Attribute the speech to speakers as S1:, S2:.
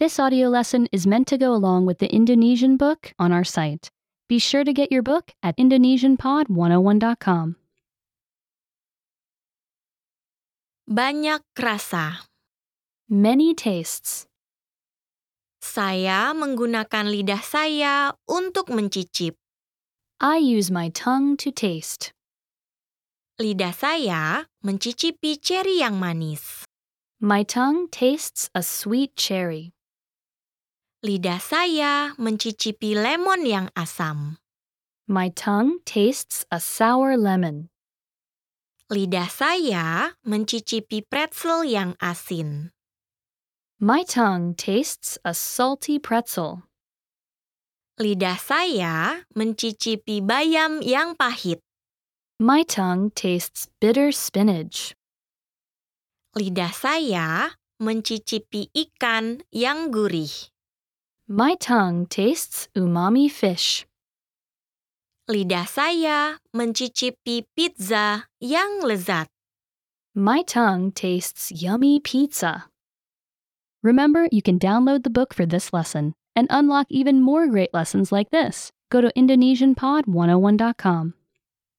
S1: This audio lesson is meant to go along with the Indonesian book on our site. Be sure to get your book at indonesianpod101.com.
S2: Banyak rasa.
S1: Many tastes.
S2: Saya menggunakan lidah saya untuk mencicip.
S1: I use my tongue to taste.
S2: Lidah saya mencicipi ceri yang manis.
S1: My tongue tastes a sweet cherry.
S2: Lidah saya mencicipi lemon yang asam.
S1: My tongue tastes a sour lemon.
S2: Lidah saya mencicipi pretzel yang asin.
S1: My tongue tastes a salty pretzel.
S2: Lidah saya mencicipi bayam yang pahit.
S1: My tongue tastes bitter spinach.
S2: Lidah saya mencicipi ikan yang gurih.
S1: My tongue tastes umami fish.
S2: Lidah saya mencicipi pizza yang lezat.
S1: My tongue tastes yummy pizza. Remember, you can download the book for this oh lesson and unlock even more great lessons like this. Go to IndonesianPod101.com.